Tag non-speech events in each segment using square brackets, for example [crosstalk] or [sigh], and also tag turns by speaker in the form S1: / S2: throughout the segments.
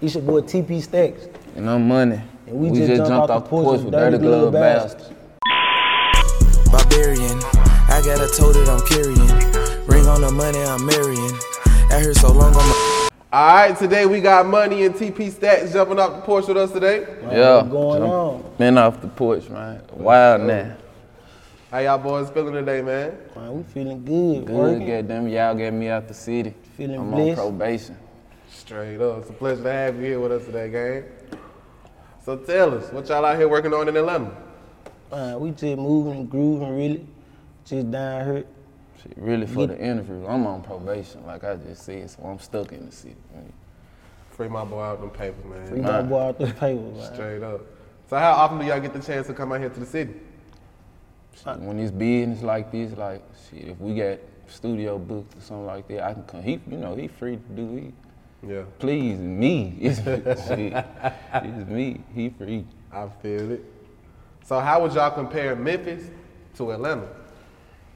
S1: It's your boy TP Stacks.
S2: And no money.
S1: And we, just, jumped, off the porch with dirty glove bastards.
S3: Barbarian. I got a toe that I'm carrying. Ring on the money I'm marrying. I heard so long I'm
S4: All right, today we got money and TP Stats jumping off the porch with us today.
S2: Yeah.
S1: going
S2: Jump-
S1: on?
S2: Been off the porch, man. Wild now.
S4: How y'all boys feeling today, man?
S1: Man, we feeling good.
S2: Good,
S1: working.
S2: get them. Y'all get me out the city.
S1: Feeling
S2: I'm
S1: blessed.
S2: on probation.
S4: Straight up. It's a pleasure to have you here with us today, gang. So tell us, what y'all out here working on in Atlanta?
S1: Man, we just moving and grooving, really. Just down here.
S2: Shit, really for the interview. I'm on probation, like I just said, so I'm stuck in the city. man.
S4: Free my boy out them papers, man.
S1: We got to go out the paper, man.
S4: Straight up. So how often do y'all get the chance to come out here to the city?
S1: Uh.
S2: Shit, When it's business like this, like shit, if we got studio booked or something like that, I can come. He, you know, he free to do he
S4: Yeah,
S2: please me. [laughs] It's, shit, it's me. He free.
S4: I feel it. So how would y'all compare Memphis to Atlanta?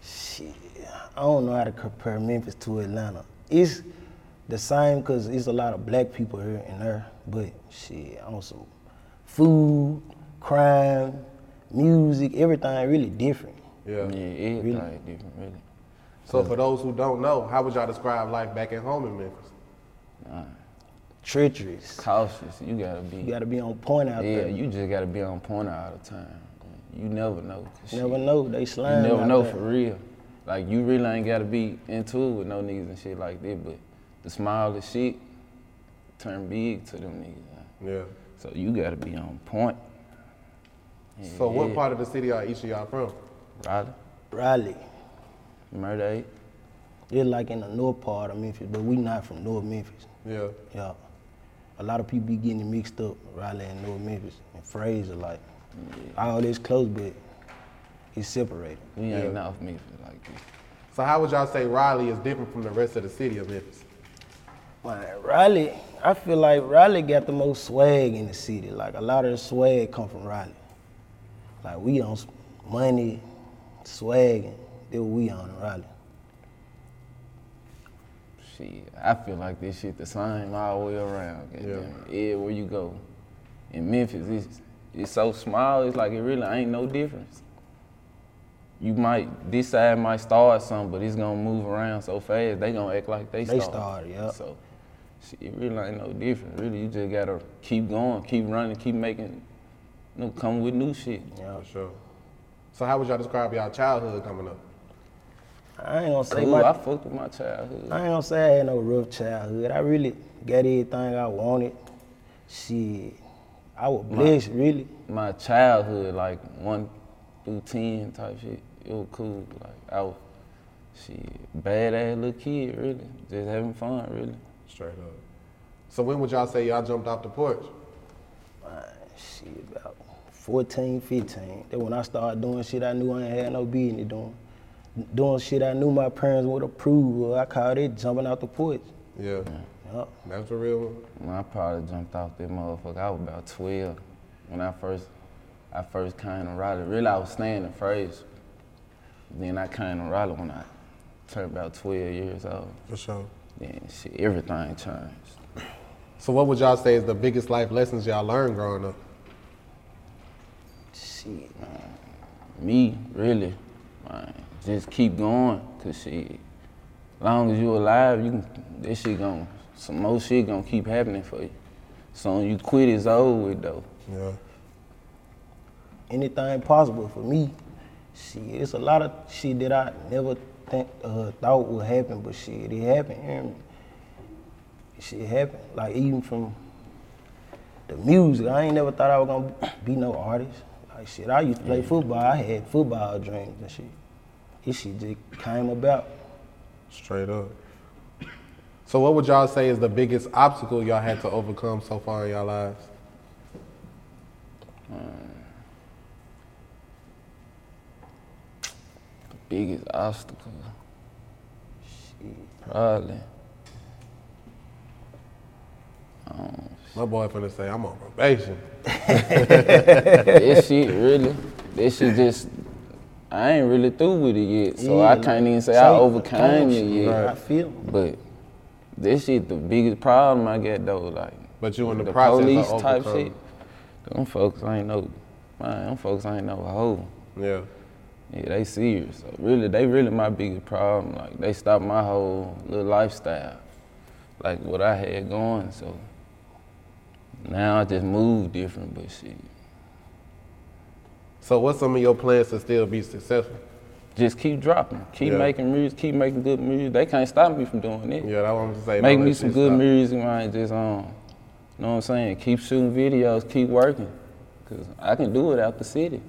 S1: Shit. I don't know how to compare Memphis to Atlanta. It's the same because it's a lot of black people here and there, but shit, on some food, crime, music, everything really different.
S4: Yeah.
S2: Yeah, everything different, really.
S4: So for those who don't know, how would y'all describe life back at home in Memphis?
S1: Treacherous.
S2: Cautious. You gotta be.
S1: You gotta be on point out
S2: Yeah,
S1: there.
S2: you just gotta be on point all the time. You never know. Shit,
S1: never know. They
S2: You
S1: slime.
S2: never
S1: out
S2: know
S1: there.
S2: for real. Like you really ain't gotta be into it with no niggas and shit like that. But the smallest shit turn big to them niggas. man.
S4: Yeah.
S2: So you gotta be on point,
S4: So what part of the city are each of y'all from?
S2: Riley.
S1: Raleigh.
S2: Murder eight.
S1: It's like in the north part of Memphis, but we not from North Memphis.
S4: Yeah.
S1: Yeah. A lot of people be getting it mixed up, Raleigh and North Memphis and Fraser, like all this close, but it's separated.
S2: We ain't
S4: Yeah.
S2: off me like this.
S4: So how would y'all say Raleigh is different from the rest of the city of Memphis?
S1: Man, Raleigh, I feel like Raleigh got the most swag in the city. Like a lot of the swag come from Raleigh. Like we on s- money, swag, and that what we on in Raleigh.
S2: Shit, I feel like this shit the same all the way around. Goddamn. Everywhere you go. In Memphis, it's, it's so small, it's like it really ain't no difference. You might, this side might start something, but it's gonna move around so fast, they gonna act like they
S1: They
S2: started.
S1: started, yeah.
S2: So, shit, it really ain't no difference. Really, you just gotta keep going, keep running, keep making, you know, come with new shit.
S1: Yeah.
S4: For sure. So how would y'all describe y'all childhood coming up?
S1: I ain't gonna say
S2: Cool,
S1: my
S2: I fucked with my childhood.
S1: I ain't gonna say I had no rough childhood. I really got everything I wanted. Shit, I was blessed, really.
S2: my childhood, like one through ten type shit, it was cool. Like I was, shit, badass little kid, really, just having fun, really.
S4: Straight up. So when would y'all say y'all jumped off the porch?
S1: Man, shit, about 14, 15. Then when I started doing shit I knew I ain't had no business doing. Doing shit I knew my parents would approve of. I called it jumping out the porch.
S4: Yeah.
S1: Yup.
S4: That's the real one.
S2: When I probably jumped off that motherfucker, I was about 12 when I first, I first came to Raleigh. Really, I was staying in Fraser. Then I came to Raleigh when I turned about 12 years old.
S4: For sure.
S2: Then shit, everything changed.
S4: So what would y'all say is the biggest life lessons y'all learned growing up?
S2: Shit, man. Me, really, man. Just keep going, cause shit. Long as you alive, you can, this shit gon' some more shit gonna keep happening for you. So when you quit is over with though.
S4: Yeah.
S1: anything possible for me. Shit, it's a lot of shit that I never think, uh, thought would happen, but shit, it happened. hear me? Shit happened. Like even from the music, I ain't never thought I was gonna be no artist. Like shit, I used to play football. I had football dreams and shit. This shit just came about.
S4: Straight up. So what would y'all say is the biggest obstacle y'all had to overcome so far in y'all lives?
S2: Biggest obstacle. Shit. Probably.
S4: My boy finna say I'm on probation.
S2: this shit really. This shit just I ain't really through with it yet. So I
S1: Yeah,
S2: can't even say
S1: like,
S2: I
S1: so you-
S2: overcame it yet.
S1: I feel.
S2: But this shit the biggest problem I get though, like
S4: But you in the
S2: the
S4: process of
S2: police type
S4: overcoming.
S2: shit. Them folks ain't no man, them folks ain't no hoe.
S4: Yeah.
S2: Yeah, they serious. So really they really my biggest problem. Like they stopped my whole little lifestyle. Like what I had going, so now I just move different but shit.
S4: So what's some of your plans to still be successful?
S2: Just keep dropping. Keep
S4: Yeah.
S2: making music, keep making good music. They can't stop me from doing it.
S4: Yeah, that's what I'm saying.
S2: Make me some good music, man. Just um, know what I'm saying. Keep shooting videos. Keep working, cause I can do it out the city.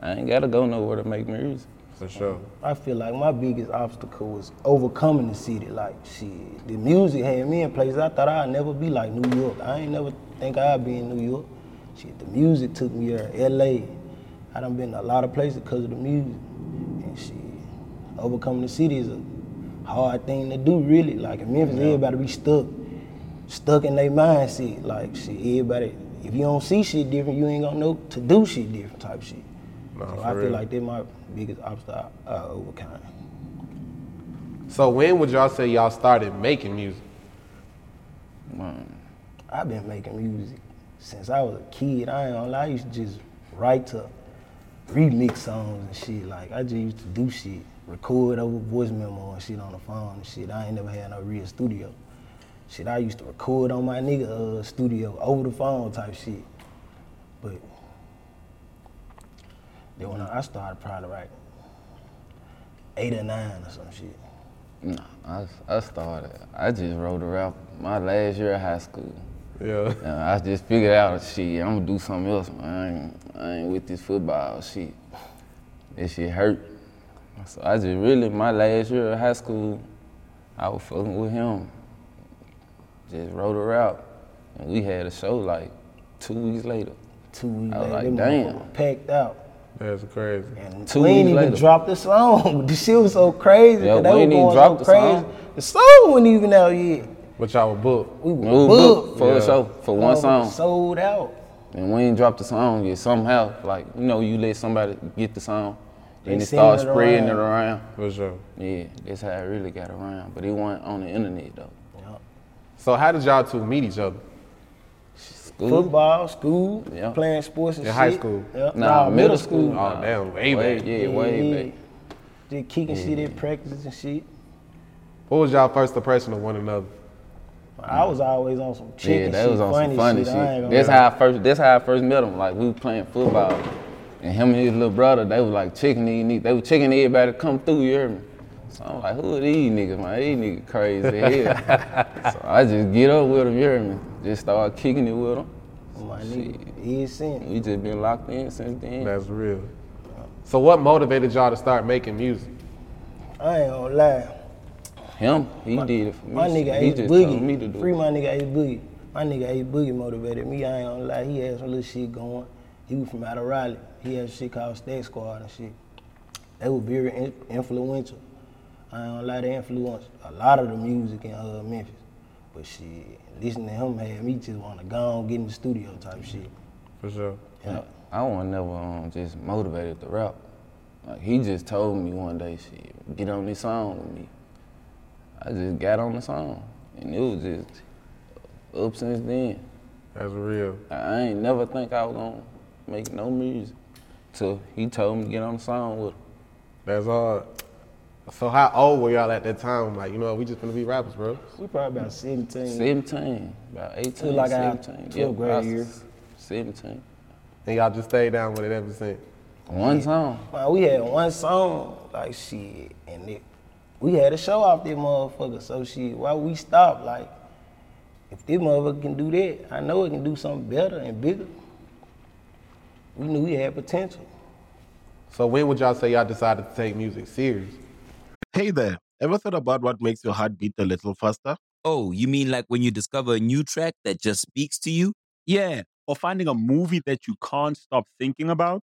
S2: I ain't gotta go nowhere to make music.
S4: For sure.
S1: I feel like my biggest obstacle was overcoming the city. Like, shit, the music had me in places I thought I'd never be like New York. I ain't never think I'd be in New York. Shit, the music took me there. L.A. I done been to a lot of places because of the music. And shit, overcoming the city is a hard thing to do, really. Like, in Memphis, everybody be stuck, stuck in their mindset. Like, shit, everybody, if you don't see shit different, you ain't gonna know to do shit different type shit.
S4: Nah,
S1: so
S4: for
S1: I
S4: real.
S1: feel like that's my biggest obstacle uh, I I overcome.
S4: So when would y'all say y'all started making music?
S2: Man,
S1: I've been making music since I was a kid. I ain't gonna lie, I used to just write to remix songs and shit. Like I just used to do shit, record over voice memo and shit on the phone and shit. I ain't never had no real studio. Shit, I used to record on my nigga uh, studio over the phone type shit. But then when I I started probably like eight or nine or some shit.
S2: nah, I, I started. I just wrote a rap my last year of high school.
S4: Yeah. [laughs]
S2: And Uh, I just figured out, shit, I'm gonna do something else, man. I ain't, I ain't with this football shit. This shit hurt. So I just really, my last year of high school, I was fucking with him. Just wrote her out. And we had a show like two weeks later.
S1: Two weeks
S2: I was
S1: later, them
S2: like, damn.
S1: motherfuckers packed out.
S4: That's crazy.
S1: And
S2: Two
S1: we ain't
S2: weeks
S1: even
S2: later.
S1: dropped the song. [laughs] The shit was so crazy.
S2: Yeah,
S1: 'cause
S2: we
S1: they
S2: ain't
S1: were
S2: even
S1: going so
S2: dropped the
S1: crazy.
S2: song.
S1: The song wasn't even out yet.
S4: But y'all were booked.
S1: We were
S2: We was
S1: booked.
S2: booked for a
S4: Yeah.
S2: show, for one
S1: Motherfucker
S2: song.
S1: Sold out.
S2: And we ain't dropped the song yet. Somehow, like, you know, you let somebody get the song, then
S1: They
S2: it starts
S1: send it
S2: spreading it
S1: around.
S2: around.
S4: For sure.
S2: Yeah, that's how it really got around. But it wasn't on the internet though.
S4: So how did y'all two meet each other?
S2: School.
S1: Football, school,
S2: Yeah.
S1: playing sports and
S4: In
S1: shit.
S4: high school?
S1: Yep.
S2: Nah, middle school. Oh,
S4: Oh, damn, way back.
S2: Yeah, way back.
S1: Just kicking shit at practice and shit.
S4: What was y'all first impression of one another?
S1: I was always on some
S2: Yeah,
S1: chicken
S2: that
S1: shit,
S2: was on
S1: funny,
S2: some funny
S1: shit.
S2: shit.
S1: I ain't gonna
S2: That's
S1: lie.
S2: how I first. That's how I first met him. Like we were playing football, and him and his little brother, they was like chicken these niggas. They was chicken everybody to come through. You hear me? So I'm like, who are these niggas, man? These niggas crazy as [laughs] hell. so I just get up with him. You hear me? Just start kicking it with him.
S1: My nigga, he is sin.
S2: We just been locked in since then.
S4: That's real. So what motivated y'all to start making music?
S1: I ain't gonna lie.
S2: Him, he did it for me.
S1: My nigga
S2: he
S1: Ace
S2: just told me to
S1: Boogie.
S2: do
S1: Free
S2: it.
S1: my nigga Ace Boogie. My nigga Ace Boogie motivated me. I ain't gonna lie. He had some little shit going. He was from out of Raleigh. He had shit called State Squad and shit. They were very in- influential. I ain't gonna lie, they influenced a lot of the music in uh, Memphis. But shit, listening to him had me just wanna go on, get in the studio type shit.
S4: For sure.
S1: Yeah.
S2: I wasn't never um, just motivated to rap. Like he just told me one day, shit, get on this song with me. I just got on the song, and it was just up since then.
S4: That's real.
S2: I- I ain't never think I was gonna make no music. So he told me to get on the song with him.
S4: That's hard. So how old were y'all at that time? Like, you know, we just gonna be rappers, bro.
S1: We probably about 17.
S2: 17, about 18,
S1: like our
S2: 17.
S1: 12th grade
S2: I was
S1: year.
S2: 17.
S4: And y'all just stayed down with it ever since.
S2: One song.
S1: Man, we had one song, like shit, and it, we had a show off this motherfucker. So shit, why we stop? Like, if this motherfucker can do that, I know it can do something better and bigger. We knew we had potential.
S4: So when would y'all say y'all decided to take music serious?
S5: Hey there, ever thought about what makes your heart beat a little faster?
S6: Oh, you mean like when you discover a new track that just speaks to you?
S7: Yeah, or finding a movie that you can't stop thinking about.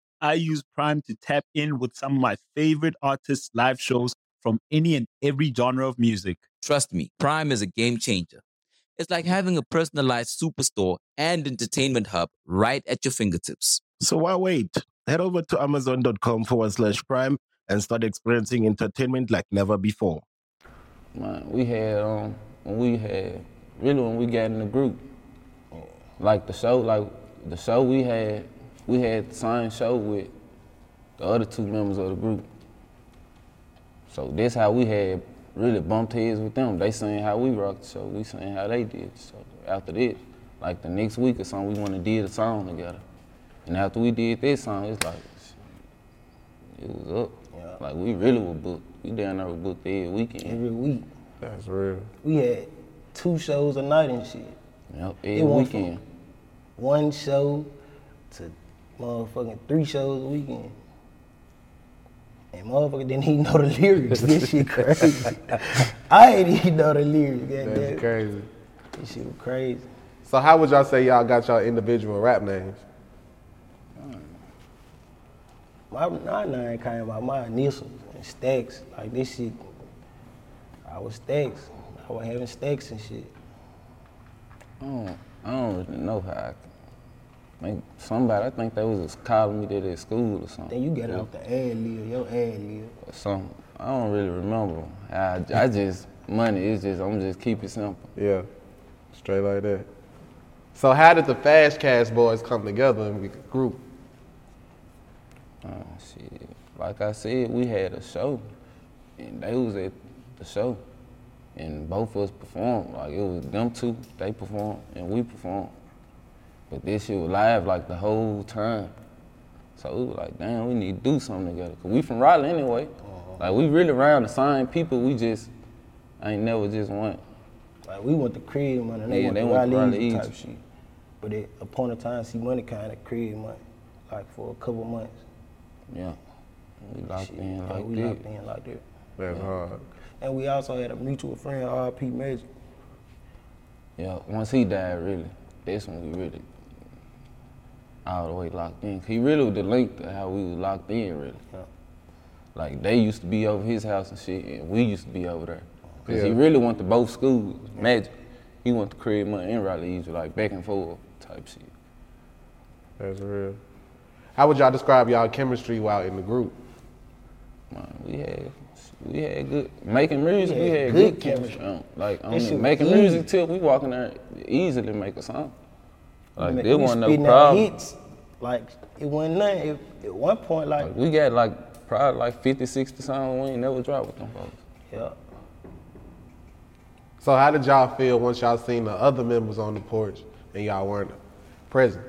S7: I use Prime to tap in with some of my favorite artists' live shows from any and every genre of music.
S6: Trust me, Prime is a game changer. It's like having a personalized superstore and entertainment hub right at your fingertips.
S5: So why wait? Head over to amazon.com forward slash prime and start experiencing entertainment like never before.
S2: Man, we had um when we had really when we got in the group, like the show, like the show we had, we had the same show with the other two members of the group. So that's how we had really bumped heads with them. They saying how we rocked the show, we saying how they did. So after that, like the next week or something, we wanna did a song together. And after we did this song, it's like it was up. Like we really were booked. We down there were booked every weekend.
S1: Every week,
S4: That's real.
S1: we had two shows a night and shit.
S2: Yep, every
S1: It went
S2: weekend.
S1: One show to motherfucking three shows a weekend. And motherfucker didn't even know the lyrics. This shit crazy. [laughs] I ain't even know the lyrics.
S4: That's
S1: Goddamn.
S4: crazy.
S1: This shit was crazy.
S4: So how would y'all say y'all got y'all individual rap names?
S1: My nine nine came out my initials and stacks. Like this shit, I was stacks. I was having stacks and shit.
S2: I don't, I don't really know how. I think somebody, I think they was just calling me that at school or
S1: Then
S2: something.
S1: you got off the ad lib, your ad lib.
S2: Or something. I don't really remember. I, I just money. It's just I'm just keep it simple.
S4: Yeah, straight like that. So how did the Fast Cash Boys come together and we group?
S2: Uh, shit. Like I said, we had a show, and they was at the show, and both of us performed. Like it was them two, they performed, and we performed. But this shit was live like the whole time. So we was like, damn, we need to do something together. Cause we from Raleigh anyway.
S1: Uh-huh.
S2: Like we really around the same people. We just ain't never just went.
S1: Like we went to crib money, and they
S2: Yeah,
S1: went
S2: they
S1: to
S2: went to
S1: Riley's
S2: Riley's.
S1: type shit. But at upon a time, see money kind of crib money, like for a couple months.
S2: Yeah, we locked
S1: Shit,
S2: in
S1: like
S2: like
S1: we
S2: that.
S1: locked in like that.
S4: That's hard.
S1: And we also had a mutual friend, R.P. Magic.
S2: Yeah, once he died, really, that's when we really all the way locked in. He really was the link to how we was locked in, really.
S1: Yeah.
S2: Like they used to be over his house and shit, and we used to be over there. Cause he
S4: Yeah.
S2: really went to both schools. Magic, he went to Crib Money and Riley Easy, like back and forth type shit.
S4: That's real. How would y'all describe y'all chemistry while in the group?
S2: Man, we had we had good making music.
S1: We
S2: We
S1: had
S2: had
S1: good
S2: good, chemistry.
S1: chemistry.
S2: on- Like I
S1: That shit
S2: mean,
S1: was
S2: making
S1: easy.
S2: music till we walk in there easily make a song. Like
S1: Man,
S2: there
S1: we
S2: wasn't no
S1: spitting out
S2: problem.
S1: Hits, like it wasn't nothing. It, at one point, like
S2: Like, we got like probably like 50, 60 songs we ain't never dropped with them folks.
S1: yeah,
S4: So how did y'all feel once y'all seen the other members on the porch and y'all weren't present?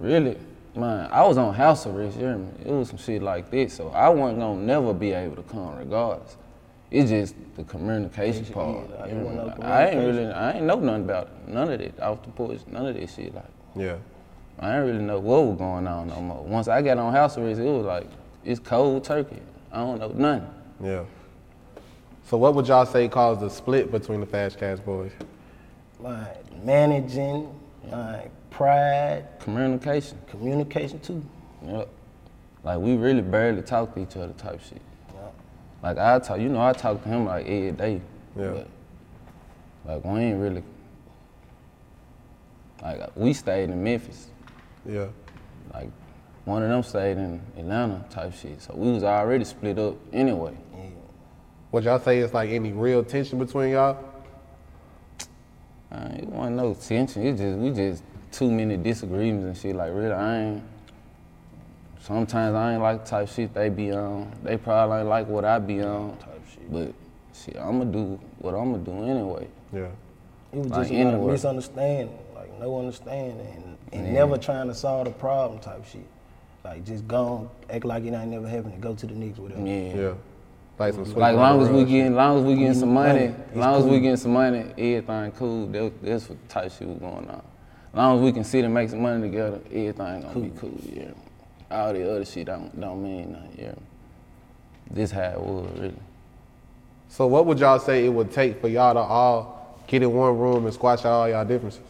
S2: Really? Man, I was on house arrest, you hear me? It was some shit like this, so I wasn't gonna never be able to come regardless. It's just the communication part.
S1: yeah,
S2: you
S1: it
S2: know?
S1: wasn't no
S2: I ain't really, I ain't know nothing about it. None of it, off the porch, none of this shit. Like,
S4: Yeah.
S2: I didn't really know what was going on no more. Once I got on house arrest, it was like, it's cold turkey. I don't know nothing.
S4: Yeah. So what would y'all say caused the split between the Fast Cash Boys?
S1: My managing, my pride,
S2: Communication.
S1: communication too.
S2: Yep. Like we really barely talk to each other type shit. Like I talk, you know, I talk to him like every day.
S4: Yeah.
S2: But, like we ain't really. Like we stayed in Memphis.
S4: Yeah.
S2: Like one of them stayed in Atlanta type shit. So we was already split up anyway.
S4: Would y'all say it's like any real tension between y'all?
S2: Man, it wasn't Uh, no tension. It just we just too many disagreements and shit. Like really, I ain't. Sometimes I ain't like the type shit they be on. They probably ain't like what I be on. Type shit. But shit, I'ma do what I'ma do anyway.
S4: Yeah.
S1: It was
S2: Like,
S1: just a lot of
S2: anywhere.
S1: misunderstanding, like no understanding, and, and never trying to solve the problem type shit. Like just gone, act like it ain't never happened, and go to the niggas whatever.
S2: Yeah.
S4: Yeah. Like some
S2: Like long as we
S4: sweet-
S2: getting, long as we getting some money,
S1: It's
S2: long as we
S1: cool.
S2: getting some money, everything cool. That, that's what type shit was going on. Long as we can sit and make some money together, everything gonna be cool. Yeah. All the other shit don't don't mean nothing. Yeah. This how it was really.
S4: So what would y'all say it would take for y'all to all get in one room and squash all y'all differences?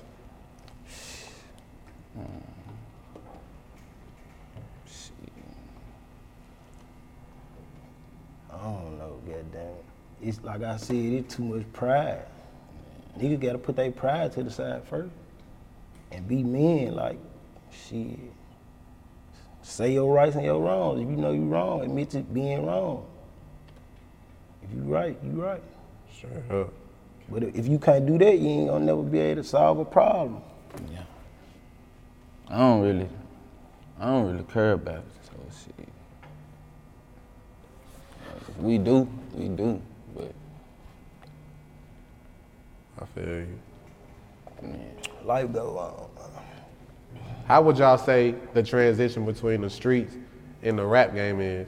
S1: I don't know, goddamn it. It's like I said, it's too much pride. Niggas gotta put their pride to the side first and be men. Like, shit. Say your rights and your wrongs. If you know you wrong, admit to being wrong. If you right, you right.
S4: Sure.
S1: But if you can't do that, you ain't gonna never be able to solve a problem.
S2: Yeah. I don't really, I don't really care about it. So shit. If we do, we do, but
S4: I feel you.
S1: Life go on.
S4: How would y'all say the transition between the streets and the rap game is?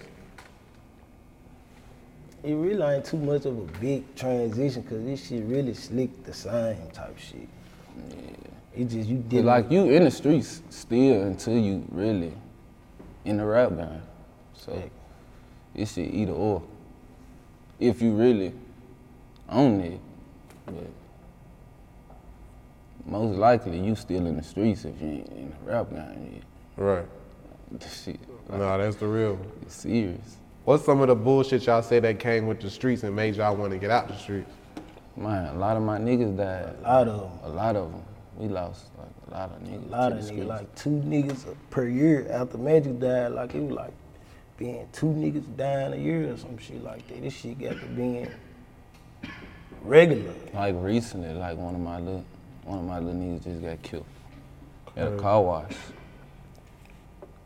S1: It really ain't too much of a big transition because this shit really slick the same type shit. It just you
S2: Yeah,
S1: did
S2: like you in the streets still until you really in the rap game. So it should either or. If you really own it, but most likely you still in the streets if you ain't in the rap game
S4: Right.
S2: yet. [laughs] This shit like,
S4: Nah, that's the real one.
S2: it's serious.
S4: What's some of the bullshit y'all say that came with the streets and made y'all want to get out the streets?
S2: Man, a lot of my niggas died.
S1: a lot of them.
S2: A lot of them. We lost like a lot of niggas.
S1: A lot
S2: to
S1: of
S2: the
S1: niggas,
S2: streets.
S1: like two niggas per year after Magic died, like it was like being two niggas dying a year or some shit like that. This shit got to being regular.
S2: Like recently, like one of my little, one of my little niggas just got killed at a car wash,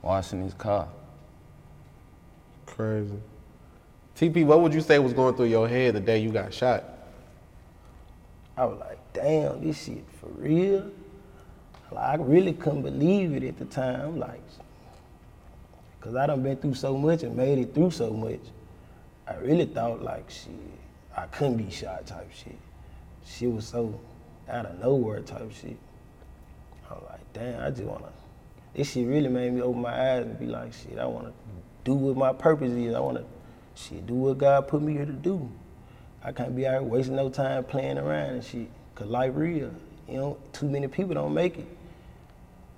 S2: washing his car.
S4: Crazy. TP, what would you say was going through your head the day you got shot?
S1: I was like, damn, this shit for real. Like, I really couldn't believe it at the time. Like, cause I done been through so much and made it through so much. I really thought like shit, I couldn't be shot type shit. She was so out of nowhere type shit. I was like, damn, I just wanna. This shit really made me open my eyes and be like, shit, I wanna do what my purpose is. I wanna, shit, do what God put me here to do. I can't be out here wasting no time playing around and shit. Cause life real. You know, too many people don't make it.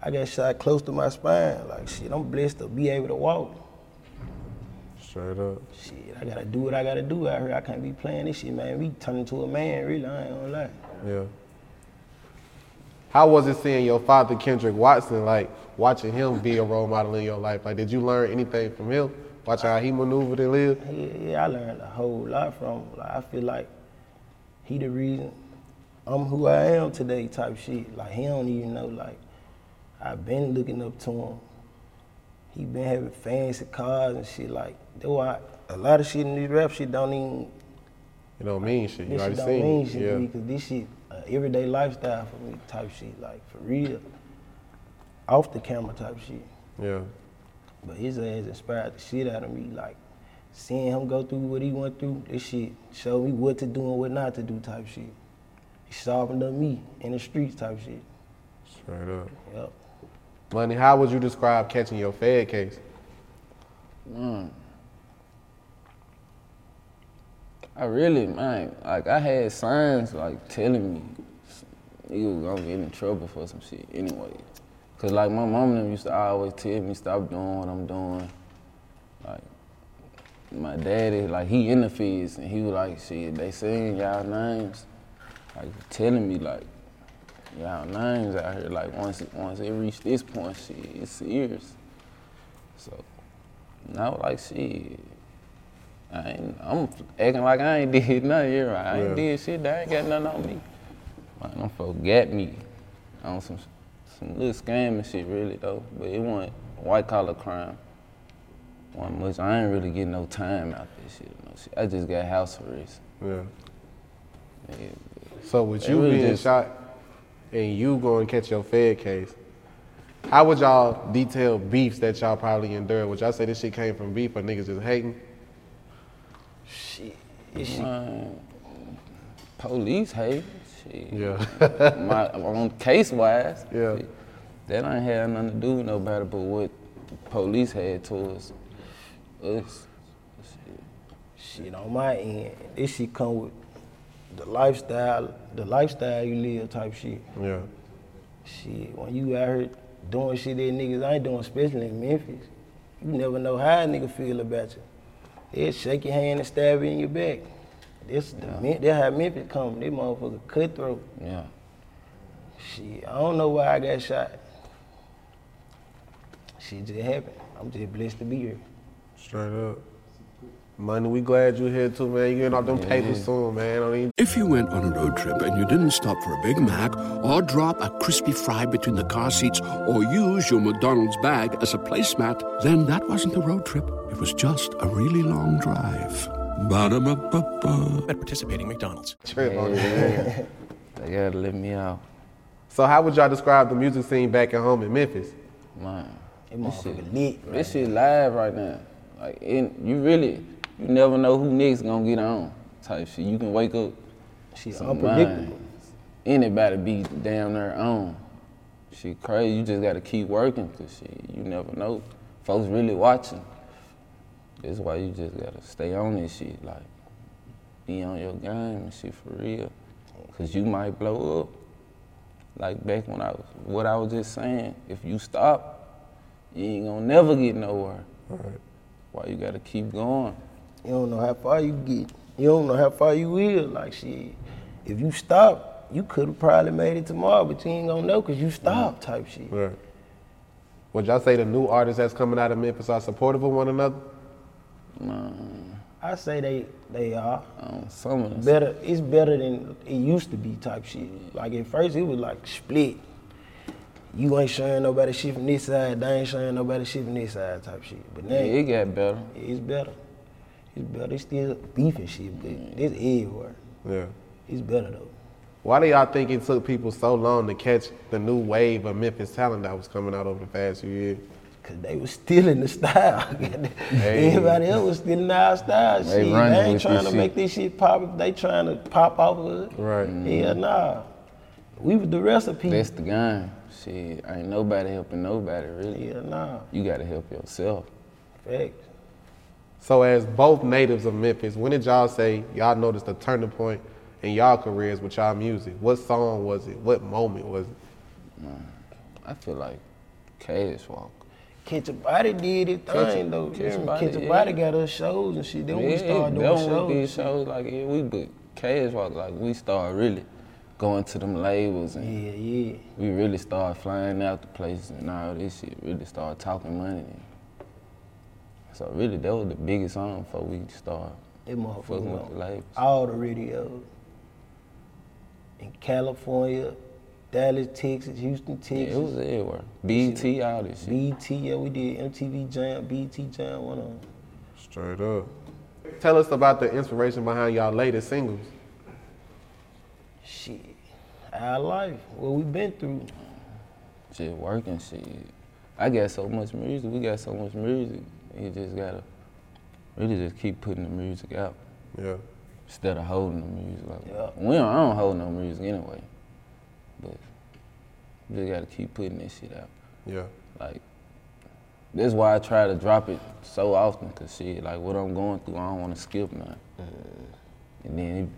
S1: I got shot close to my spine. Like shit, I'm blessed to be able to walk.
S4: Straight up.
S1: Shit, I gotta do what I gotta do out here. I can't be playing this shit, man. We turn into a man, really. I ain't gonna lie.
S4: Yeah. How was it seeing your father, Kendrick Watson, like watching him be a role model in your life? Like, did you learn anything from him? Watch how he maneuvered and lived?
S1: Yeah, yeah, I learned a whole lot from him. Like, I feel like he the reason I'm who I am today type shit. Like he don't even know, like, I've been looking up to him. He been having fancy cars and shit like that's why a lot of shit in this rap shit don't even
S4: It don't mean shit. You
S1: this
S4: already
S1: shit don't
S4: seen
S1: mean
S4: it.
S1: shit
S4: yeah.
S1: to me because this shit uh, everyday lifestyle for me type shit like for real, off the camera type shit.
S4: Yeah.
S1: But his ass inspired the shit out of me. Like seeing him go through what he went through, this shit showed me what to do and what not to do type shit. He softened up me in the streets type shit.
S4: Straight up.
S1: Yep.
S4: Money, how would you describe catching your Fed case?
S2: I really, man, like I had signs like telling me you was gonna get in trouble for some shit anyway. Cause like my mom and them used to always tell me stop doing what I'm doing. Like my daddy, like he in the fields and he was like, shit, they saying y'all names, like telling me like y'all names out here. Like once it, once it reached this point, shit, it's serious. So now like shit. I ain't, I'm acting like I ain't [laughs] did nothing. You're right. I ain't
S4: Yeah.
S2: did shit. They ain't got nothing on me. Man, them folks got me on some some little scam and shit, really though. But it wasn't white collar crime. Wasn't much. I ain't really getting no time out this shit. No shit. I just got house arrest.
S4: Yeah.
S2: Yeah.
S4: So with
S2: They
S4: you
S2: really
S4: being
S2: just-
S4: shot and you going to catch your Fed case, how would y'all detail beefs that y'all probably endured? Would y'all say this shit came from beef or niggas just hating?
S1: Shit. This shit
S2: Man, police hate shit.
S4: Yeah.
S2: [laughs] my on case wise.
S4: Yeah.
S2: That ain't had nothing to do with nobody but what police had towards us.
S1: Shit on my end, this shit come with the lifestyle, the lifestyle you live type shit.
S4: yeah.
S1: Shit, when you out here doing shit that niggas ain't doing, especially in Memphis, you never know how a nigga feel about you. They'll shake your hand and stab you in your back. This the Mem- that's how Memphis come. They motherfucker cutthroat.
S4: [laughs]
S2: Yeah.
S1: Shit, I don't know why I got shot. Shit just happened. I'm just blessed to be here.
S4: Straight up. Money, we glad you here too, man. You getting off them papers soon, man. Don't even
S8: If you went on a road trip and you didn't stop for a Big Mac or drop a crispy fry between the car seats or use your McDonald's bag as a placemat, then that wasn't a road trip. It was just a really long drive. Ba-da-ba-ba-ba.
S9: At participating McDonald's.
S4: trip on it.
S2: Yeah. they gotta let me out.
S4: So how would y'all describe the music scene back at home in Memphis?
S2: Man.
S1: That motherfucker lit. right?
S2: This shit live right now. Like it, you really you never know who next gonna get on type shit. You can wake up
S1: Shit
S2: Some
S1: unpredictable.
S2: mind. Anybody be damn near on. Shit crazy. You just gotta keep working because shit, you never know. Folks really watching. That's why you just gotta stay on this shit. Like, be on your game and shit for real. Cause you might blow up. Like back when I was, what I was just saying, if you stop, you ain't gonna never get nowhere. Why you gotta keep going?
S1: You don't know how far you get. You don't know how far you will. Like shit, if you stop, you could have probably made it tomorrow, but you ain't gonna know because you stopped type shit.
S4: Right. Would y'all say the new artists that's coming out of Memphis are supportive of one another?
S1: I say they they are
S2: Um, some of them.
S1: better. It's better than it used to be type shit. Like at first it was like split. You ain't showing nobody shit from this side. They ain't showing nobody shit from this side type shit. But now
S2: Yeah, it got better.
S1: it's better. It's better. It's still beef and shit, but it's everywhere.
S4: Yeah.
S1: It's better though.
S4: Why do y'all think it took people so long to catch the new wave of Memphis talent that was coming out over the past few years?
S1: Cause they was stealing the style. [laughs] Everybody else was stealing our style.
S2: They
S1: shit,
S2: running
S1: they ain't
S2: with
S1: trying
S2: this
S1: to
S2: shit.
S1: make this shit pop. They trying to pop off of it.
S4: Right.
S1: Yeah, nah. We was the recipe.
S2: That's the game. Shit, ain't nobody helping nobody really.
S1: yeah, nah.
S2: You gotta help yourself.
S1: Fact.
S4: So as both natives of Memphis, when did y'all say y'all noticed a turning point in y'all careers with y'all music? What song was it? What moment was it?
S2: I feel like Cash Walk.
S1: Catch a body did it
S2: Catch a-
S1: thing though.
S2: Catch a
S1: Catch a
S2: Body,
S1: body,
S2: yeah.
S1: got us shows and shit. Then
S2: Yeah,
S1: we started
S2: that
S1: doing
S2: one
S1: shows.
S2: did shows like yeah, we but Cash Walk like we started really going to them labels and
S1: Yeah, yeah.
S2: we really started flying out to places and all this shit. Really started talking money. So really that was the biggest song before we started
S1: That motherfucker.
S2: fucking with
S1: on
S2: the labels.
S1: all the radios in California, Dallas, Texas, Houston,
S2: Yeah,
S1: Texas.
S2: it was everywhere. BT, all this shit.
S1: BT, yeah, we did MTV Jam, BT Jam, one of them.
S4: Straight up. Tell us about the inspiration behind y'all latest singles.
S1: Shit, our life, what we been through.
S2: Just working shit. I got so much music. We got so much music. You just gotta really just keep putting the music out
S4: Yeah.
S2: instead of holding the music. Like,
S1: Yeah.
S2: we don't, I don't hold no music anyway, but you just gotta keep putting this shit out.
S4: Yeah.
S2: Like, that's why I try to drop it so often, cause shit, like what I'm going through, I don't want to skip none. And then it,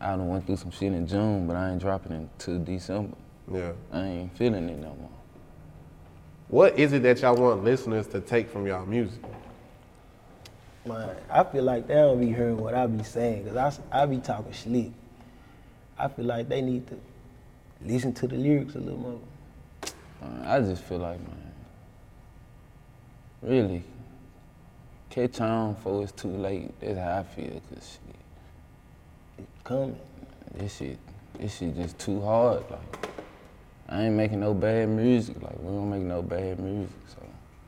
S2: I done went through some shit in June, but I ain't dropping it until December.
S4: Yeah.
S2: I ain't feeling it no more.
S4: What is it that y'all want listeners to take from y'all music?
S1: Man, I feel like they don't be hearing what I be saying, cause I s- I, be talking slick. I feel like they need to listen to the lyrics a little more.
S2: Man, I just feel like, man, really, catch on before it's too late. That's how I feel, cause shit,
S1: It's coming.
S2: this shit, this shit just too hard. Like, I ain't making no bad music. Like, we don't make no bad music, so.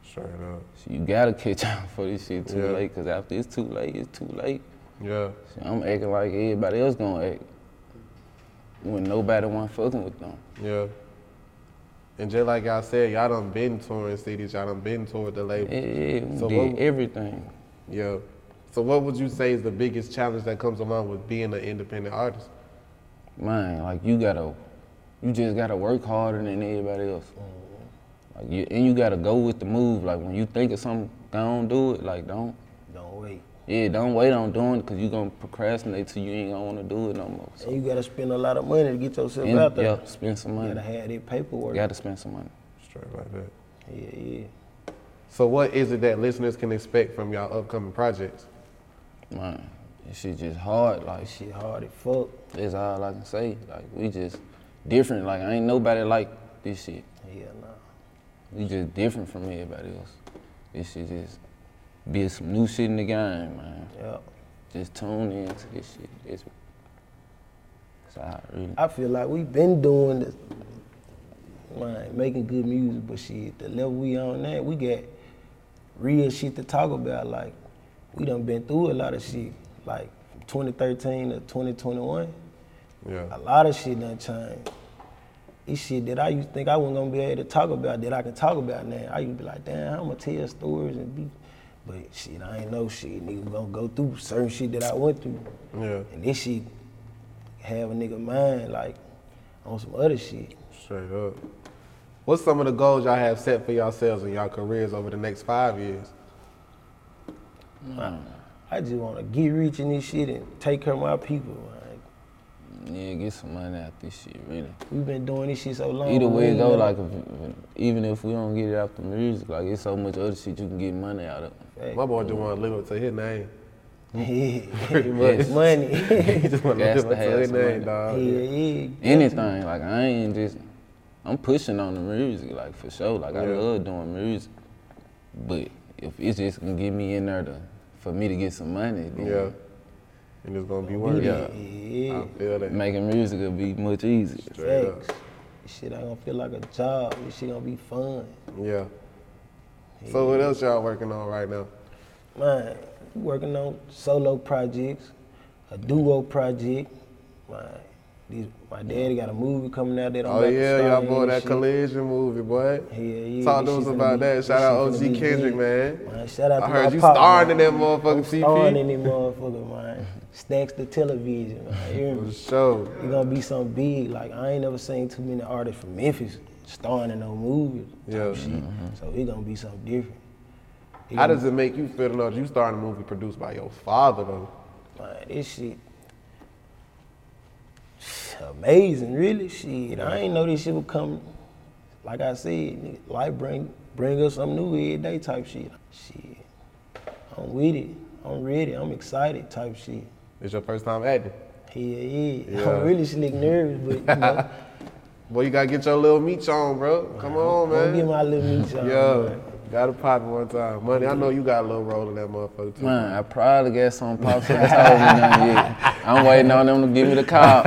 S4: Straight up.
S2: So you gotta catch on before this shit too
S4: Yeah.
S2: late, cause after it's too late, it's too late.
S4: Yeah.
S2: See, I'm acting like everybody else gonna act when nobody want fucking with them.
S4: Yeah. And just like y'all said, y'all done been touring cities, y'all done been toured the label.
S2: Yeah, yeah, we
S4: So
S2: did
S4: what-
S2: everything.
S4: Yeah. So what would you say is the biggest challenge that comes along with being an independent artist?
S2: Man, like you gotta, you just gotta work harder than everybody else.
S1: Mm-hmm.
S2: Like you, and you gotta go with the move. Like when you think of something, don't do it. Like don't,
S1: Don't wait.
S2: yeah, don't wait on doing it, cause you gonna procrastinate till you ain't gonna wanna do it no more. So,
S1: And you gotta spend a lot of money to get yourself
S2: and-
S1: out there.
S2: yeah, spend some
S1: You
S2: money.
S1: gotta have that paperwork.
S2: gotta spend some money.
S4: Straight like that.
S1: Yeah, yeah.
S4: So what is it that listeners can expect from y'all upcoming projects?
S2: Man, this shit just hard. Like shit,
S1: Shit hard as fuck.
S2: that's all I can say. Like we just different. Like ain't nobody like this shit.
S1: Yeah, nah.
S2: We just different from everybody else. This shit just be some new shit in the game, man.
S1: Yeah.
S2: Just tune into this shit. It's, it's all right, really.
S1: I feel like we've been doing this, man, making good music, but shit, the level we on now, we got real shit to talk about. Like, we done been through a lot of shit. Like, from 2013 to 2021, a
S4: Yeah.
S1: lot of shit done changed. It's shit that I used to think I wasn't gonna be able to talk about that I can talk about now. I used to be like, damn, I'm gonna tell stories and be, but shit, I ain't know shit. Nigga gonna go through certain shit that I went through.
S4: Yeah.
S1: And this shit have a nigga mind like on some other shit.
S4: Straight up. What's some of the goals y'all have set for yourselves and y'all careers over the next five years?
S1: I just wanna get rich in this shit and take care of my people. Like
S2: Yeah, get some money out this shit, really.
S1: we've been doing this shit so long.
S2: Either
S1: we
S2: way it
S1: ain't
S2: go,
S1: never-
S2: like if, if- even if we don't get it out the music, like it's so much other shit you can get money out of.
S1: Hey,
S4: My boy just want to live up to his name.
S1: [laughs]
S4: [laughs]
S1: yeah,
S2: much.
S1: money. [laughs]
S4: He just want to
S2: Gas
S4: live
S2: to
S4: up to
S2: have
S4: his
S2: some
S4: name,
S2: money.
S4: dog.
S1: yeah, yeah.
S2: anything.
S4: Mm-hmm.
S2: Like I ain't just I'm pushing on the music, like for sure. Like I
S4: Yeah.
S2: love doing music. But if it's just gonna get me in there to for me to get some money, then
S4: Yeah. And it's gonna be worth
S2: Yeah.
S4: it.
S1: Yeah,
S4: I feel that.
S2: making music will be much easier.
S4: Straight up.
S1: facts. This shit ain't gonna feel like a job. This shit gonna be fun.
S4: Yeah. So what else y'all working on right now?
S1: Man, we working on solo projects, a duo project. Man, these, my daddy got a movie coming out that I'm
S4: Oh
S1: about to
S4: yeah,
S1: star
S4: y'all
S1: in
S4: boy
S1: and
S4: that
S1: shit.
S4: collision movie, boy.
S1: Yeah, yeah.
S4: Talk
S1: this
S4: to us
S1: shit finna
S4: about
S1: be-
S4: that.
S1: this
S4: Shout
S1: shit
S4: out
S1: finna
S4: OG
S1: be
S4: Kendrick,
S1: big.
S4: man.
S1: Man, shout out
S4: I
S1: to
S4: heard
S1: my
S4: you
S1: pop,
S4: starring in
S1: man.
S4: that motherfucking
S1: I'm
S4: CP.
S1: starring in that motherfucker, man. Stacks the television, man. You hear
S4: For
S1: me?
S4: sure.
S1: You gonna be something big. Like I ain't never seen too many artists from Memphis starring in no movies. type
S4: Yeah.
S1: Oh, shit.
S4: Mm-hmm.
S1: So it gonna be something different. It
S4: How
S1: gonna-
S4: does it make you feel to know that you starring a movie produced by your father though?
S1: Man, this shit amazing, really. Shit, I ain't know this shit would come. Like I said, nigga, life bring bring us something new every day type shit. Shit, I'm with it. I'm ready. I'm excited type shit.
S4: It's your first time acting.
S1: Yeah, yeah. [laughs]
S4: Yeah.
S1: I'm really slick nervous, but you know,
S4: Boy, you gotta get your little meat on, bro. Come on,
S1: I'm gonna
S4: man.
S1: get my little meat on.
S4: yeah. Got a pop one time. Money, I know you got a little role in that motherfucker too.
S2: Man, I probably got some pops and told me nothing yet. I'm waiting on them to give me the
S4: [laughs]
S2: call. oh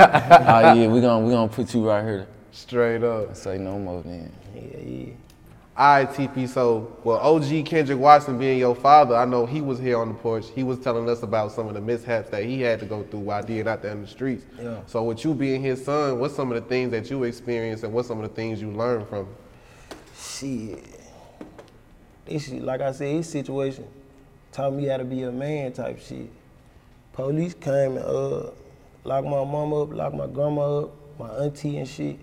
S2: yeah, we gonna we gonna put you right here.
S4: Straight up.
S2: Say no more then.
S1: Yeah, yeah.
S4: ITP. So, well, OG Kendrick Watson being your father, I know he was here on the porch. He was telling us about some of the mishaps that he had to go through while being out there in the streets.
S1: Yeah.
S4: So, with you being his son, what's some of the things that you experienced and what's some of the things you learned from? it?
S1: Shit. This shit, like I said, his situation taught me how to be a man type shit. Police came and uh, locked my mama up, locked my grandma up, my auntie and shit.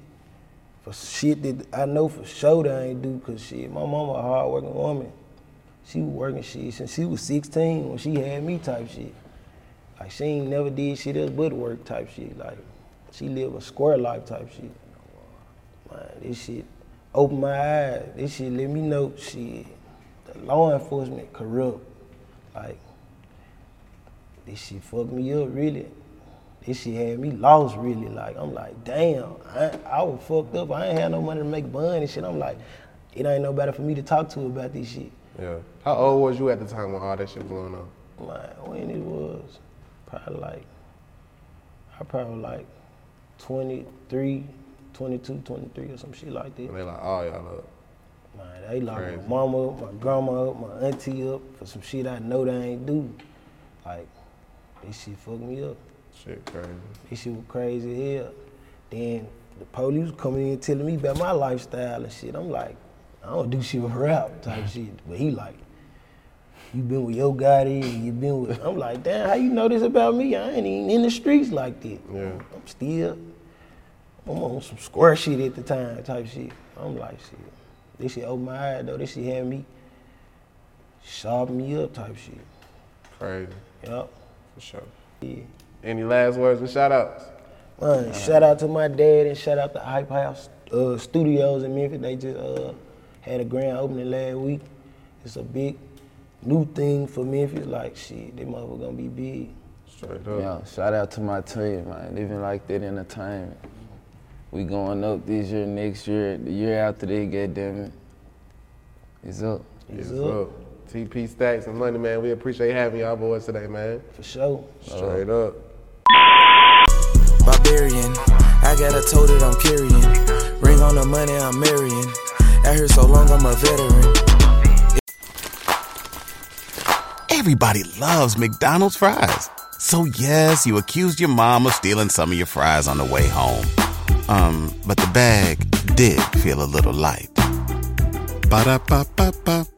S1: For shit that I know for sure that I ain't do, cause shit, my mama a hard working woman. She was working shit since she was 16 when she had me type shit. Like she ain't never did shit else but work type shit. Like she lived a square life type shit. Man, this shit opened my eyes. This shit let me know shit. The law enforcement corrupt. Like this shit fucked me up really. This shit had me lost really. Like I'm like, damn, I, I was fucked up. I ain't had no money to make bun and shit. I'm like, it ain't nobody for me to talk to about this shit.
S4: Yeah. How old was you at the time when all that shit was going on?
S1: Like when it was probably like I probably like 23, 22, 23 or some shit like that.
S4: And they like, oh y'all up.
S1: Man, they locked
S4: Crazy.
S1: my mama up, my grandma up, my auntie up for some shit I know they ain't do. Like, this shit fucked me up.
S4: Shit crazy.
S1: This shit was crazy as hell. Then the police coming in telling me about my lifestyle and shit. I'm like, I don't do shit with rap type shit. But he like, you been with Yo Gotti and you been with. I'm like, damn, how you know this about me? I ain't even in the streets like that.
S4: Yeah.
S1: I'm still, I'm on some square shit at the time type shit. I'm like, shit, this shit opened my eyes though. This shit had me, sharpen me up type shit.
S4: Crazy.
S1: Yup.
S4: For sure.
S1: Yeah.
S4: Any last words and shout outs?
S1: Man, Uh, shout out to my dad and shout out to Hype House uh, Studios in Memphis. They just uh, had a grand opening last week. It's a big new thing for Memphis. Like shit, they motherfucker gonna be big.
S4: Straight up.
S2: Yo, shout out to my team, man. Living like that entertainment. We going up this year, next year, the year after they get them. It's up.
S1: It's
S4: Yes,
S1: up
S4: up. TP Stacks and Money Man, we appreciate having y'all boys today, man.
S1: for sure.
S4: Straight up.
S3: barbarian. I got a tote that I'm carrying. Ring on the money I'm marrying. Out here so long, I'm a veteran.
S9: Everybody loves McDonald's fries. So yes, you accused your mom of stealing some of your fries on the way home. Um, but the bag did feel a little light. Ba-da-ba-ba-ba.